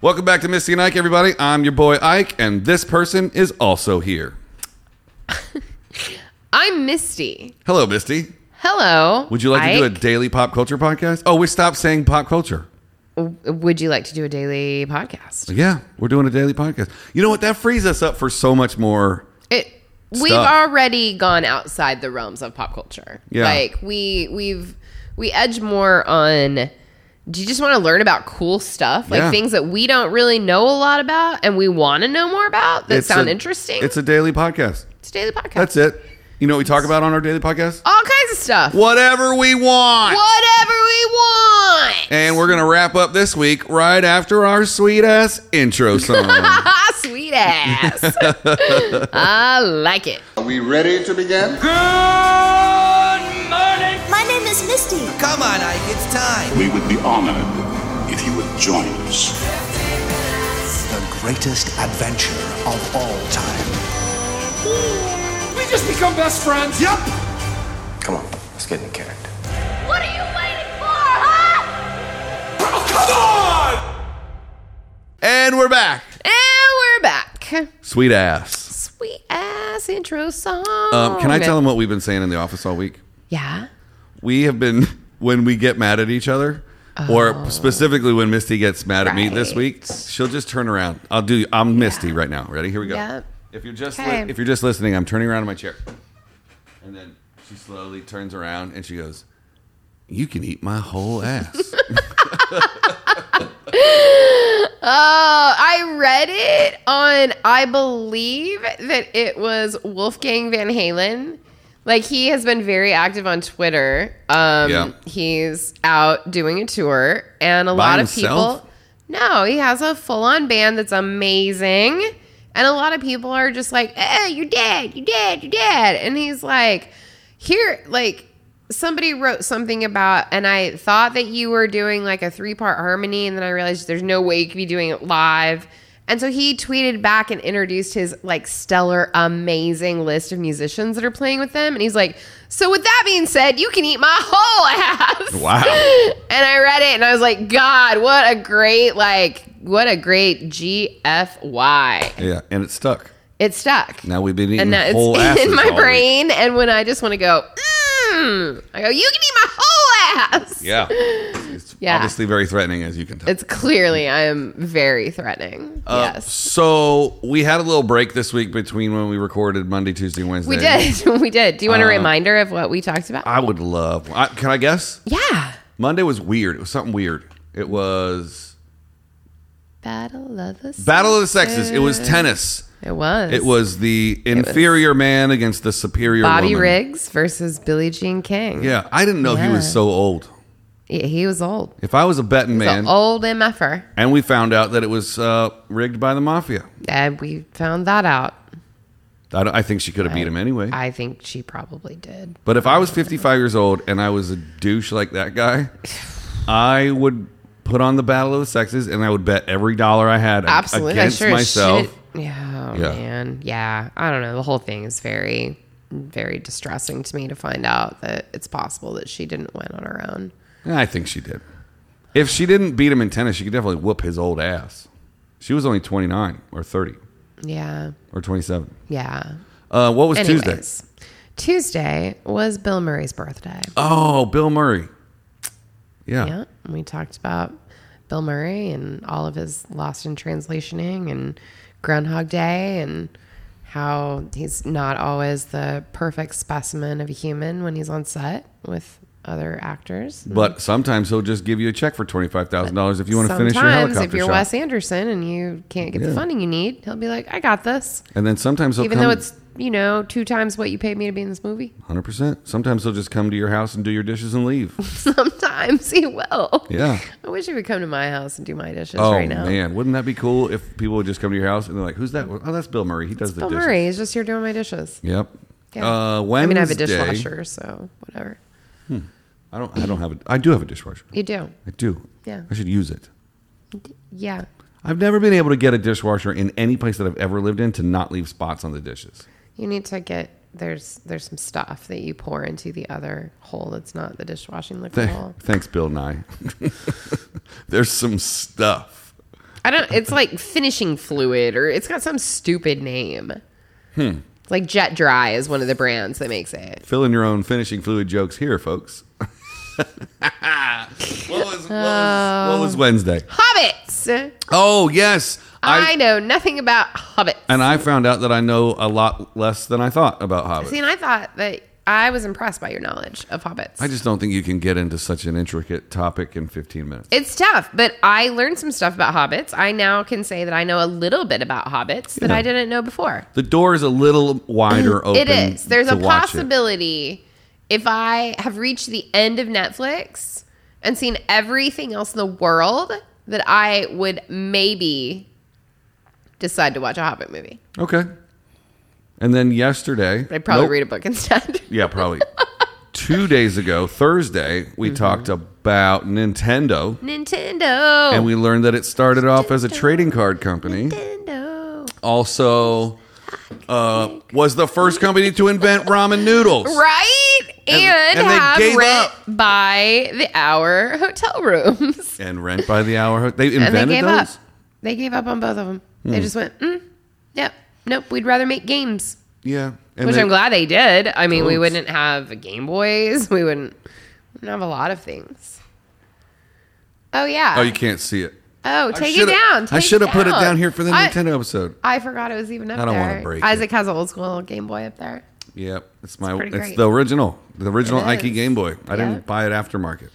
Welcome back to Misty and Ike, everybody. I'm your boy Ike, and this person is also here. I'm Misty. Hello, Misty. Hello. Would you like to do a Ike. daily pop culture podcast? Oh, we stopped saying pop culture. W- Would you like to do a daily podcast? Yeah, we're doing a daily podcast. You know what? That frees us up for so much more. It. We've Stuff. already gone outside the realms of pop culture. Yeah. Like we we've we edge more on. Do you just want to learn about cool stuff, like Yeah. things that we don't really know a lot about and we want to know more about that It's sound a- interesting? It's a daily podcast. It's a daily podcast. That's it. You know what we talk about on our daily podcast? All kinds of stuff. Whatever we want. Whatever we want. And we're going to wrap up this week right after our sweet ass intro song. Ah, sweet ass. I like it. Are we ready to begin? My name is Misty. Come on, Ike, it's time. We would be honored if you would join us. The greatest adventure of all time. We just become best friends. Yep. Come on, let's get in character. What are you waiting for, huh? and we're back. And we're back. Sweet ass. Sweet ass intro song. Um, can I tell them what we've been saying in the office all week? Yeah. we have been when we get mad at each other Oh. or specifically when misty gets mad at me this week she'll just turn around i'll do i'm misty right now ready here we go Yep. if you're just li- Okay. if you're just listening i'm turning around in my chair and then she slowly turns around and she goes you can eat my whole ass Oh, I read it on, I believe that it was Wolfgang Van Halen. Like, he has been very active on Twitter. Um, Yeah. He's out doing a tour, and a By lot himself? of people. No, he has a full on band that's amazing. And a lot of people are just like, eh, you're dead, you're dead, you're dead. And he's like, here, like, somebody wrote something about, and I thought that you were doing like a three part harmony. And then I realized there's no way you could be doing it live. And so he tweeted back and introduced his like stellar, amazing list of musicians that are playing with them. And he's like, so with that being said, you can eat my whole ass. wow And I read it and I was like, God, what a great, like, what a great GFY. yeah and it stuck It stuck. now we've been eating and that whole it's asses in my all week. brain. And when I just want to go, mm, I go, you can eat my whole ass. yeah it's Yeah. obviously very threatening as you can tell It's clearly I am very threatening. Uh, yes. so we had a little break this week between when we recorded monday tuesday wednesday We did. we did. Do you want a reminder of what we talked about? Uh, I would love. I, can I guess? yeah. Monday was weird. It was something weird. It was Battle of the Battle of the Sexes. It was tennis. It was. It was the inferior man against the superior Bobby woman. Riggs versus Billie Jean King. Yeah, I didn't know he was Yeah. so old. He, he was old. If I was a betting The man, old er. MFR. and we found out that it was uh, rigged by the mafia, And we found that out. I, don't- I think she could have beat him anyway. I think she probably did. but if I was 55 years old and I was a douche like that guy, I would put on the Battle of the Sexes and I would bet every dollar I had Absolutely. against I sure as myself. shit- Yeah, oh, Yeah. man. Yeah. I don't know. The whole thing is very, very distressing to me to find out that it's possible that she didn't win on her own. Yeah, I think she did. If she didn't beat him in tennis, she could definitely whoop his old ass. She was only 29 or 30 Yeah. or 27. Yeah. Uh, what was Tuesday? Anyways, Tuesday. was Bill Murray's birthday. Oh, Bill Murray. Yeah. Yeah. and We talked about Bill Murray and all of his Lost in Translationing and Groundhog Day and how he's not always the perfect specimen of a human when he's on set with other actors. But sometimes he'll just give you a check for $25,000 if you want to finish your Sometimes, helicopter if you're shot. Wes Anderson and you can't get Yeah. the funding you need, he'll be like, "I got this," and then sometimes he'll even come though it's you know two times what you paid me to be in this movie. 100%. Sometimes he'll just come to your house and do your dishes and leave. Sometimes he will. Yeah. I wish he would come to my house and do my dishes oh right now. man, wouldn't that be cool if people would just come to your house and they're like, "Who's that?" Oh, that's Bill Murray. He does the Bill dishes. Murray is just here doing my dishes. Yep. Yeah. Uh, Wednesday. I mean, I have a dishwasher, so whatever. I don't. I don't have a. I do have a dishwasher. You do. I do. Yeah. I should use it. Yeah. I've never been able to get a dishwasher in any place that I've ever lived in to not leave spots on the dishes. You need to get there's there's some stuff that you pour into the other hole that's not the dishwashing liquid Th- hole. Thanks, Bill Nye. There's some stuff. I don't. It's like finishing fluid, or it's got some stupid name. Hmm. Like Jet Dry is one of the brands that makes it. Fill in your own finishing fluid jokes here, folks. what, was, what, was, what Oh. was Wednesday? Hobbits. Oh, yes. I, know nothing about hobbits. and I found out that I know a lot less than I thought about hobbits. See, and I thought that I was impressed by your knowledge of hobbits. I just don't think you can get into such an intricate topic in 15 minutes. It's tough, but I learned some stuff about hobbits. I now can say that I know a little bit about hobbits that I didn't know before. The door is a little wider open. it is. There's to a watch it. possibility if I have reached the end of Netflix and seen everything else in the world that I would maybe decide to watch a Hobbit movie. Okay. And then yesterday, But I'd probably Nope. read a book instead. Yeah, probably. Two days ago, Thursday, we Mm-hmm. talked about Nintendo, Nintendo. and we learned that it started off as a trading card company. Nintendo. Also, uh, was the first company to invent ramen noodles. Right? And, and they have gave rent up. by the hour hotel rooms. And rent by the hour. They invented and they gave those. up. They gave up on both of them. Hmm. They just went, mm, yep, nope. We'd rather make games, Yeah, and which they- I'm glad they did. I mean, we Oops. wouldn't have Game Boys. We wouldn't, wouldn't have a lot of things. Oh yeah. Oh, you can't see it. Oh, I take it shoulda- down. I take should have put it down here for the I- Nintendo episode. I forgot it was even up I don't there. wanna break it. Isaac has an old school Game Boy up there. Yep, it's my. pretty It's, great. the original, the original It Ike is. Game Boy. I Yeah. didn't buy it aftermarket.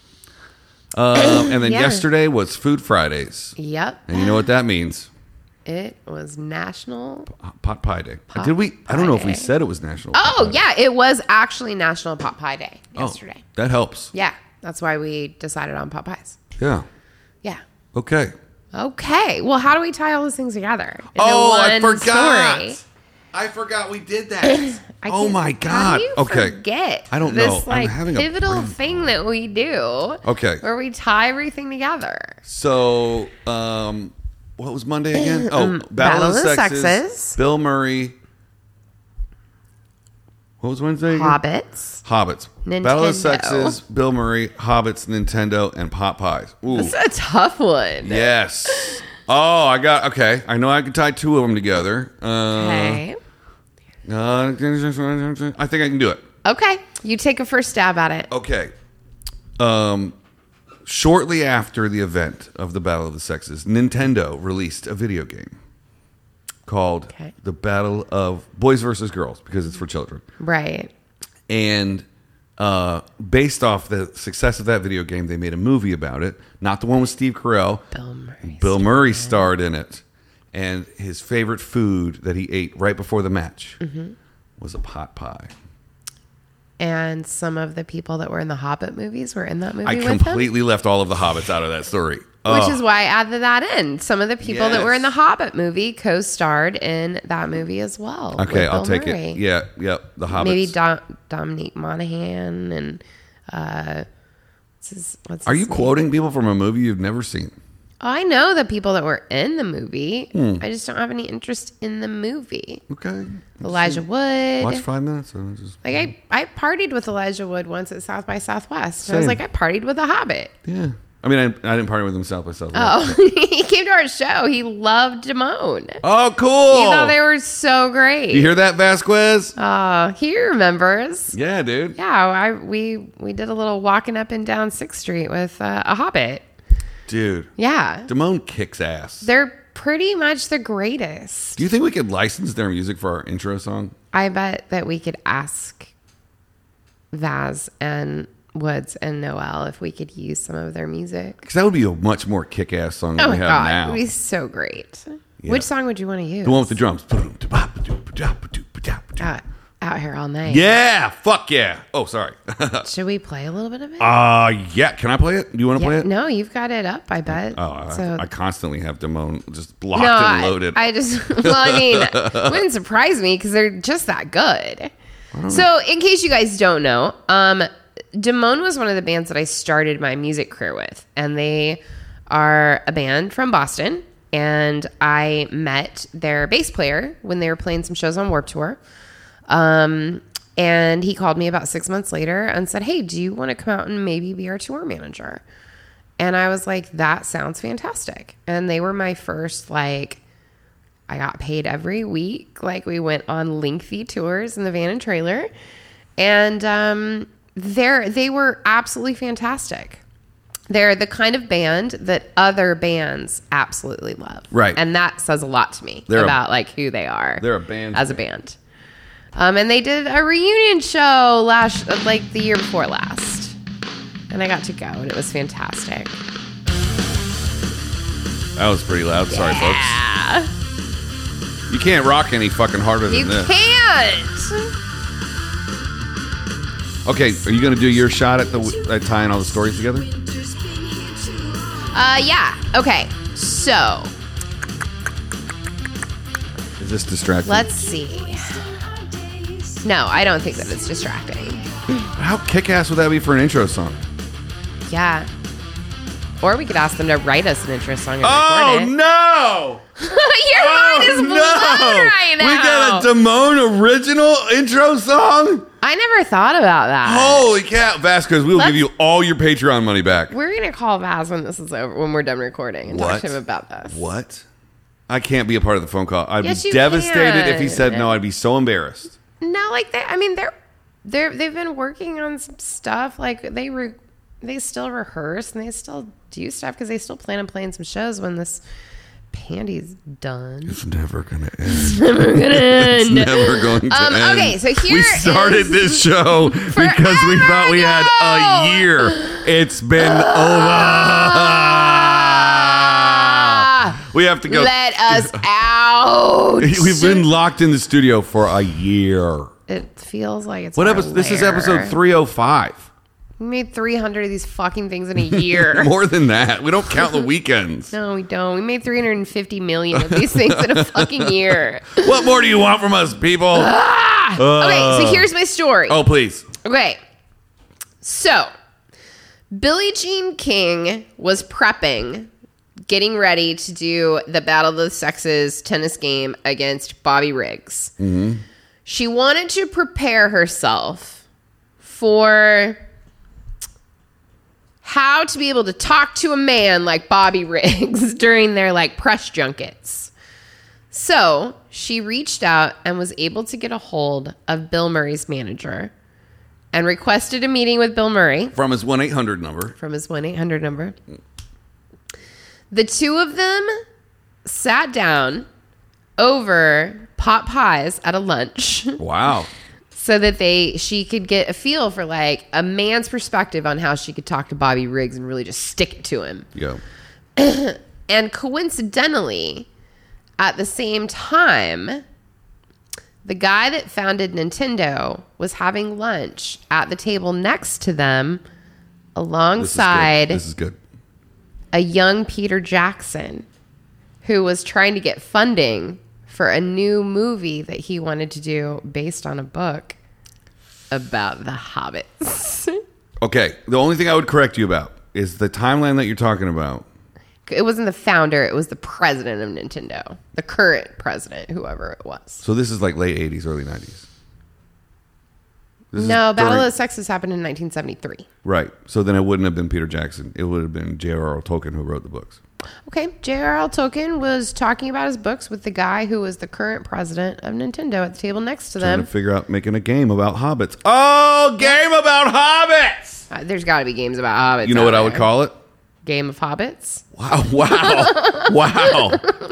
Um, and then Yeah. yesterday was Food Fridays, Yep. and you know what that means? It was National. Pot Pie Day. Did we? I don't know if we Pie Day. said it was National. Pot Oh Pie Day. yeah, it was actually National Pot Pie Day Oh, yesterday. that helps. Yeah, that's why we decided on pot pies. Yeah. Yeah. Okay. Okay. Well, how do we tie all those things together? into Oh, I one forgot. story? I forgot we did that. I oh can't- my how god. do you okay. Forget I don't know. this I'm like having a pivotal brain thing that we do. Okay. Where we tie everything together. So, um, what was Monday again? Oh, Battle, of the Sexes. Sexes. Bill Murray. What was Wednesday? again? Hobbits. Hobbits. Battle of the Nintendo. Sexes, Bill Murray, Hobbits, Nintendo, and Pot Pies. Ooh. It's a tough one. Yes. Oh, I got okay. I know I can tie two of them together. Uh, Okay. uh, I think I can do it. Okay. You take a first stab at it. Okay. Um, shortly after the event of the Battle of the Sexes, Nintendo released a video game called Okay. the Battle of Boys versus Girls because it's for children. Right. And uh, based off the success of that video game, they made a movie about it. Not the one with Steve Carell. Bill Murray. Bill Murray starred in it, and his favorite food that he ate right before the match Mm-hmm. was a pot pie. And some of the people that were in the Hobbit movies were in that movie I with him. completely left all of the hobbits out of that story. Which Oh, is why I added that in. Some of the people that were in the Yes. Hobbit movie co-starred in that movie as well. okay. with I'll Bill take Murray. it. Yeah, yep. The hobbits. maybe Dom- Dominique Monaghan and uh, what's his, what's Are his you name? quoting people from a movie you've never seen? I know the people that were in the movie. Hmm. I just don't have any interest in the movie. Okay. Elijah Wood. Watch five minutes. and just- like I, I partied with Elijah Wood once at South by Southwest. And I was Same. like, I partied with a Hobbit. yeah. I mean, I, I didn't party with him South by Southwest. Oh, he came to our show. He loved Damone. Oh, He cool. thought they were so great. you hear that, Vasquez? Uh, he remembers. yeah, dude. Yeah, I we we did a little walking up and down Sixth Street with uh, a Hobbit. Dude. Yeah. Damone kicks ass. They're pretty much the greatest. Do you think we could license their music for our intro song? I bet that we could ask Vaz and Woods and Noel if we could use some of their music. Because that would be a much more kick-ass song than Oh we my have god, now. it'd be so great. Which song would you want to use? The one with the drums. out, out here all night. Yeah, fuck yeah. Oh, sorry. Should we play a little bit of it? uh, yeah. Can I play it? Do you want to Yeah, play it? No, you've got it up. I bet. Oh, I, so I constantly have Damone just blocked no, and I- loaded. I, just, well, I mean, wouldn't surprise me because they're just that good. So, in case you guys don't know, um, Damone was one of the bands that I started my music career with, and they are a band from Boston. And I met their bass player when they were playing some shows on Warp Tour. Um, and he called me about six months later and said, Hey, do you want to come out and maybe be our tour manager? And I was like, that sounds fantastic. And they were my first, like, I got paid every week. Like, we went on lengthy tours in the van and trailer. And um, they're, they were absolutely fantastic. They're the kind of band that other bands absolutely love. Right. And that says a lot to me They're a- about, like, who they are. They're a band As a band. Um, and they did a reunion show last, like, the year before last. And I got to go, and it was fantastic. That was pretty loud. Sorry, folks. You can't rock any fucking harder than You this. can't. Okay, are you gonna do your shot at the at tying all the stories together? Uh, yeah. Okay. So Is this distracting? let's see. No, I don't think that it's distracting. How kick-ass would that be for an intro song? Yeah. Or we could ask them to write us an intro song and Oh record it. no! Your mind is oh blown right We now. got a Damone original intro song. I never thought about that. Holy cow, Vasquez! We will give Let's- you all your Patreon money back. We're gonna call Vaz when this is over, when we're done recording, and talk What? to him about this. What? I can't be a part of the phone call. I'd Yes, be you devastated if he can. said no. I'd be so embarrassed. No, like they. I mean, they're they're they've been working on some stuff. Like they re, they still rehearse and they still do stuff because they still plan on playing some shows when this pandy's done. It's never gonna end. It's never gonna end. it's never going to Um, end. okay, so we here started is- this show because we Forever thought we had a ago. year. It's been over. We have to go. Let us out. We've been locked in the studio for a year. It feels like it's. What our episode? This is lair. episode three hundred five. We made three hundred of these fucking things in a year. More than that, we don't count the weekends. No, we don't. We made 350 million of these things in a fucking year. What more do you want from us, people? Okay, so here's my story. oh, please. Okay. So, Billie Jean King was prepping, getting ready to do the Battle of the Sexes tennis game against Bobby Riggs. She wanted to prepare herself for how to be able to talk to a man like Bobby Riggs during their like press junkets. So, she reached out and was able to get a hold of Bill Murray's manager and requested a meeting with Bill Murray From his one eight hundred number. from his 1 800 number. The two of them sat down over pot pies at a lunch Wow. so that they she could get a feel for like a man's perspective on how she could talk to Bobby Riggs and really just stick it to him. Yo. And coincidentally, at the same time, the guy that founded Nintendo was having lunch at the table next to them This is good. alongside This is good. a young Peter Jackson who was trying to get funding for a new movie that he wanted to do based on a book about the hobbits. Okay. The only thing I would correct you about is the timeline that you're talking about. it wasn't the founder, it was the president of Nintendo, the current president, whoever it was. So this is like late 80s, early 90s. This is no, Battle during- of the Sexes happened in 1973. Right. So then it wouldn't have been Peter Jackson. It would have been J.R.R. Tolkien who wrote the books. Okay, J.R.R. Tolkien was talking about his books with the guy who was the current president of Nintendo at the table next to Trying them. to figure out making a game about hobbits. Oh, game about hobbits! Uh, there's got to be games about hobbits. You know what out I would there. call it? Game of Hobbits. Wow. Wow. wow.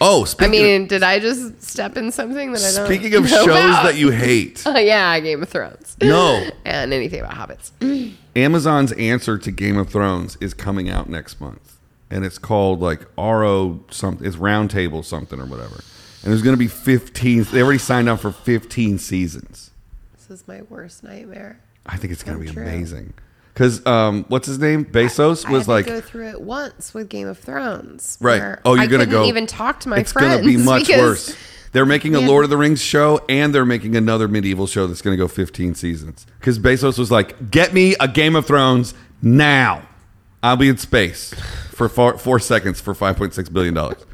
Oh, I speaking mean, did I just step in something that I don't? speaking of know shows about? that you hate. Oh, yeah, Game of Thrones. No. and anything about hobbits. Mm. Amazon's answer to Game of Thrones is coming out next month, and it's called like RO something. It's Roundtable something or whatever. And there's going to be 15. They already signed up for 15 seasons. This is my worst nightmare. I think it's going to be Oh, True. amazing. Because um, what's his name? Bezos I had was to like, go through it once with Game of Thrones. right? where Oh, you're I going to couldn't go. Even talk to my it's friends. gonna be much because worse. They're making a Yeah. Lord of the Rings show, and they're making another medieval show that's going to go 15 seasons. Because Bezos was like, "Get me a Game of Thrones now. I'll be in space for four, four seconds for 5.6 billion dollars."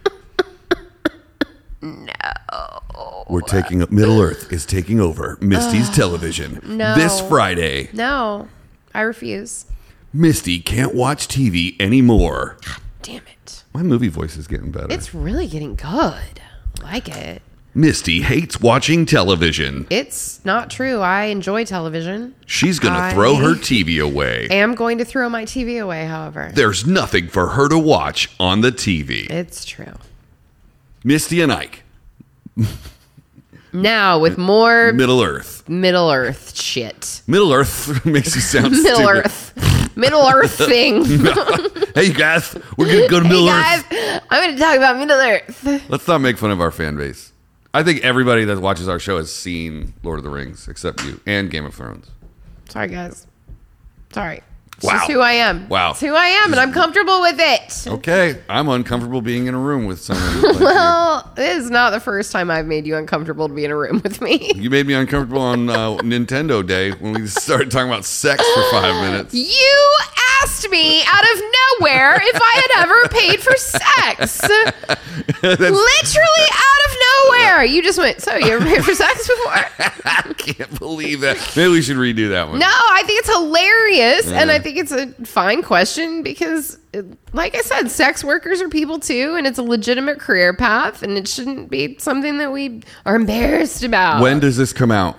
no. We're taking Middle Earth is taking over Misty's television no. this Friday. No, I refuse. Misty can't watch TV anymore. Damn it. My movie voice is getting better. It's really getting good. I like it. Misty hates watching television. It's not true. I enjoy television. She's going to I- throw her TV away. I am going to throw my TV away, however. There's nothing for her to watch on the TV. It's true. Misty and Ike, Now with more Middle Earth. Middle Earth shit. Middle Earth makes you sound Middle stupid. Earth. Middle Earth thing. Hey, you guys, we're going to go to Middle hey Earth. guys, I'm going to talk about Middle Earth. Let's not make fun of our fan base. I think everybody that watches our show has seen Lord of the Rings, except you, and Game of Thrones. Sorry, guys. Sorry. It's Wow. just who I am. Wow. Oh. It's who I am, and I'm comfortable with it. Okay, I'm uncomfortable being in a room with someone. who's like you. Well, this is not the first time I've made you uncomfortable to be in a room with me. you made me uncomfortable on uh, Nintendo Day when we started talking about sex for five minutes. You asked me out of nowhere if I had ever paid for sex. Literally out of nowhere. You just went, So, you ever paid for sex before? I can't believe that. Maybe we should redo that one. No, I think it's hilarious. And I think it's a fine question because, uh, like I said, sex workers are people too. And it's a legitimate career path. And it shouldn't be something that we are embarrassed about. When does this come out?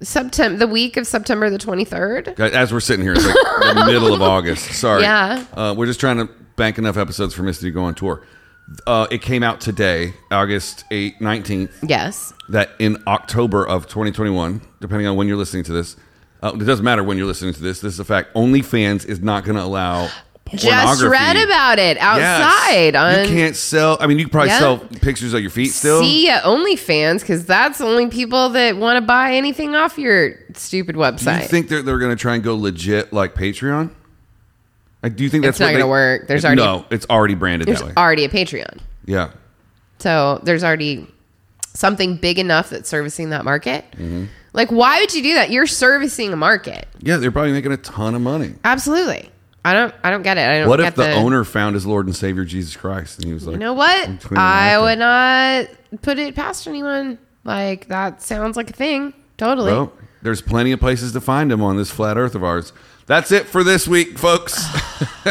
September, the week of September the 23rd. As we're sitting here, it's like the middle of August. Sorry. Yeah. Uh, we're just trying to bank enough episodes for Misty to go on tour. Uh, it came out today, August 8th, 19th. Yes. that in October of 2021, depending on when you're listening to this, uh, it doesn't matter when you're listening to this. This is a fact. OnlyFans is not going to allow Just pornography. read about it Yes. outside on. you can't sell. I mean, you could probably Yeah. sell pictures of your feet still. See ya OnlyFans because that's the only people that want to buy anything off your stupid do you website. think they're they're going to try and go legit like Patreon? I do you think that's It's not what gonna they- work. There's it- already- no. It's already branded There's that way. already a Patreon. yeah. So there's already something big enough that's servicing that market. Mm-hmm. Like, why would you do that? You're servicing a market. Yeah, they're probably making a ton of money. Absolutely. I don't. I don't get it. I don't. What get if the, owner found his Lord and Savior Jesus Christ and he was like, You know what? I'm tweeting I out would there. not put it past anyone. Like that sounds like a thing. Totally. Well, there's plenty of places to find them on this flat earth of ours. That's it for this week, folks.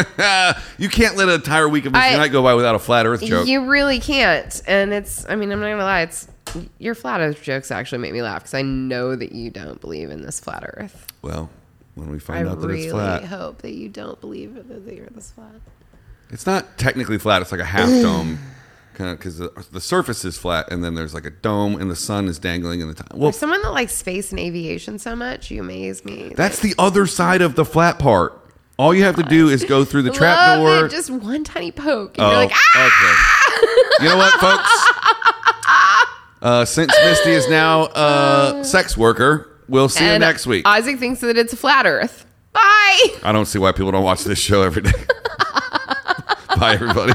you can't let an entire week of this I- night go by without a flat earth joke. You really can't. And it's, I mean, I'm not gonna lie, it's your flat earth jokes actually make me laugh because I know that you don't believe in this flat earth. well, when we I find out that really it's flat, hope that you don't believe that the earth is flat. it's not technically flat. It's like a half dome. Kind of because the, the surface is flat, and then there's like a dome, and the sun is dangling in the top. Well, For someone that likes space and aviation so much, you amaze me. that's the other side of the flat part. All you have to do is go through the trap Love door. It, just one tiny poke. And Oh, you're like, ah! okay. You know what, folks? Uh, since Misty is now a sex worker, we'll see you And next week. I, Isaac thinks that it's a flat earth. Bye. don't see why people don't watch this show every day. Bye, everybody.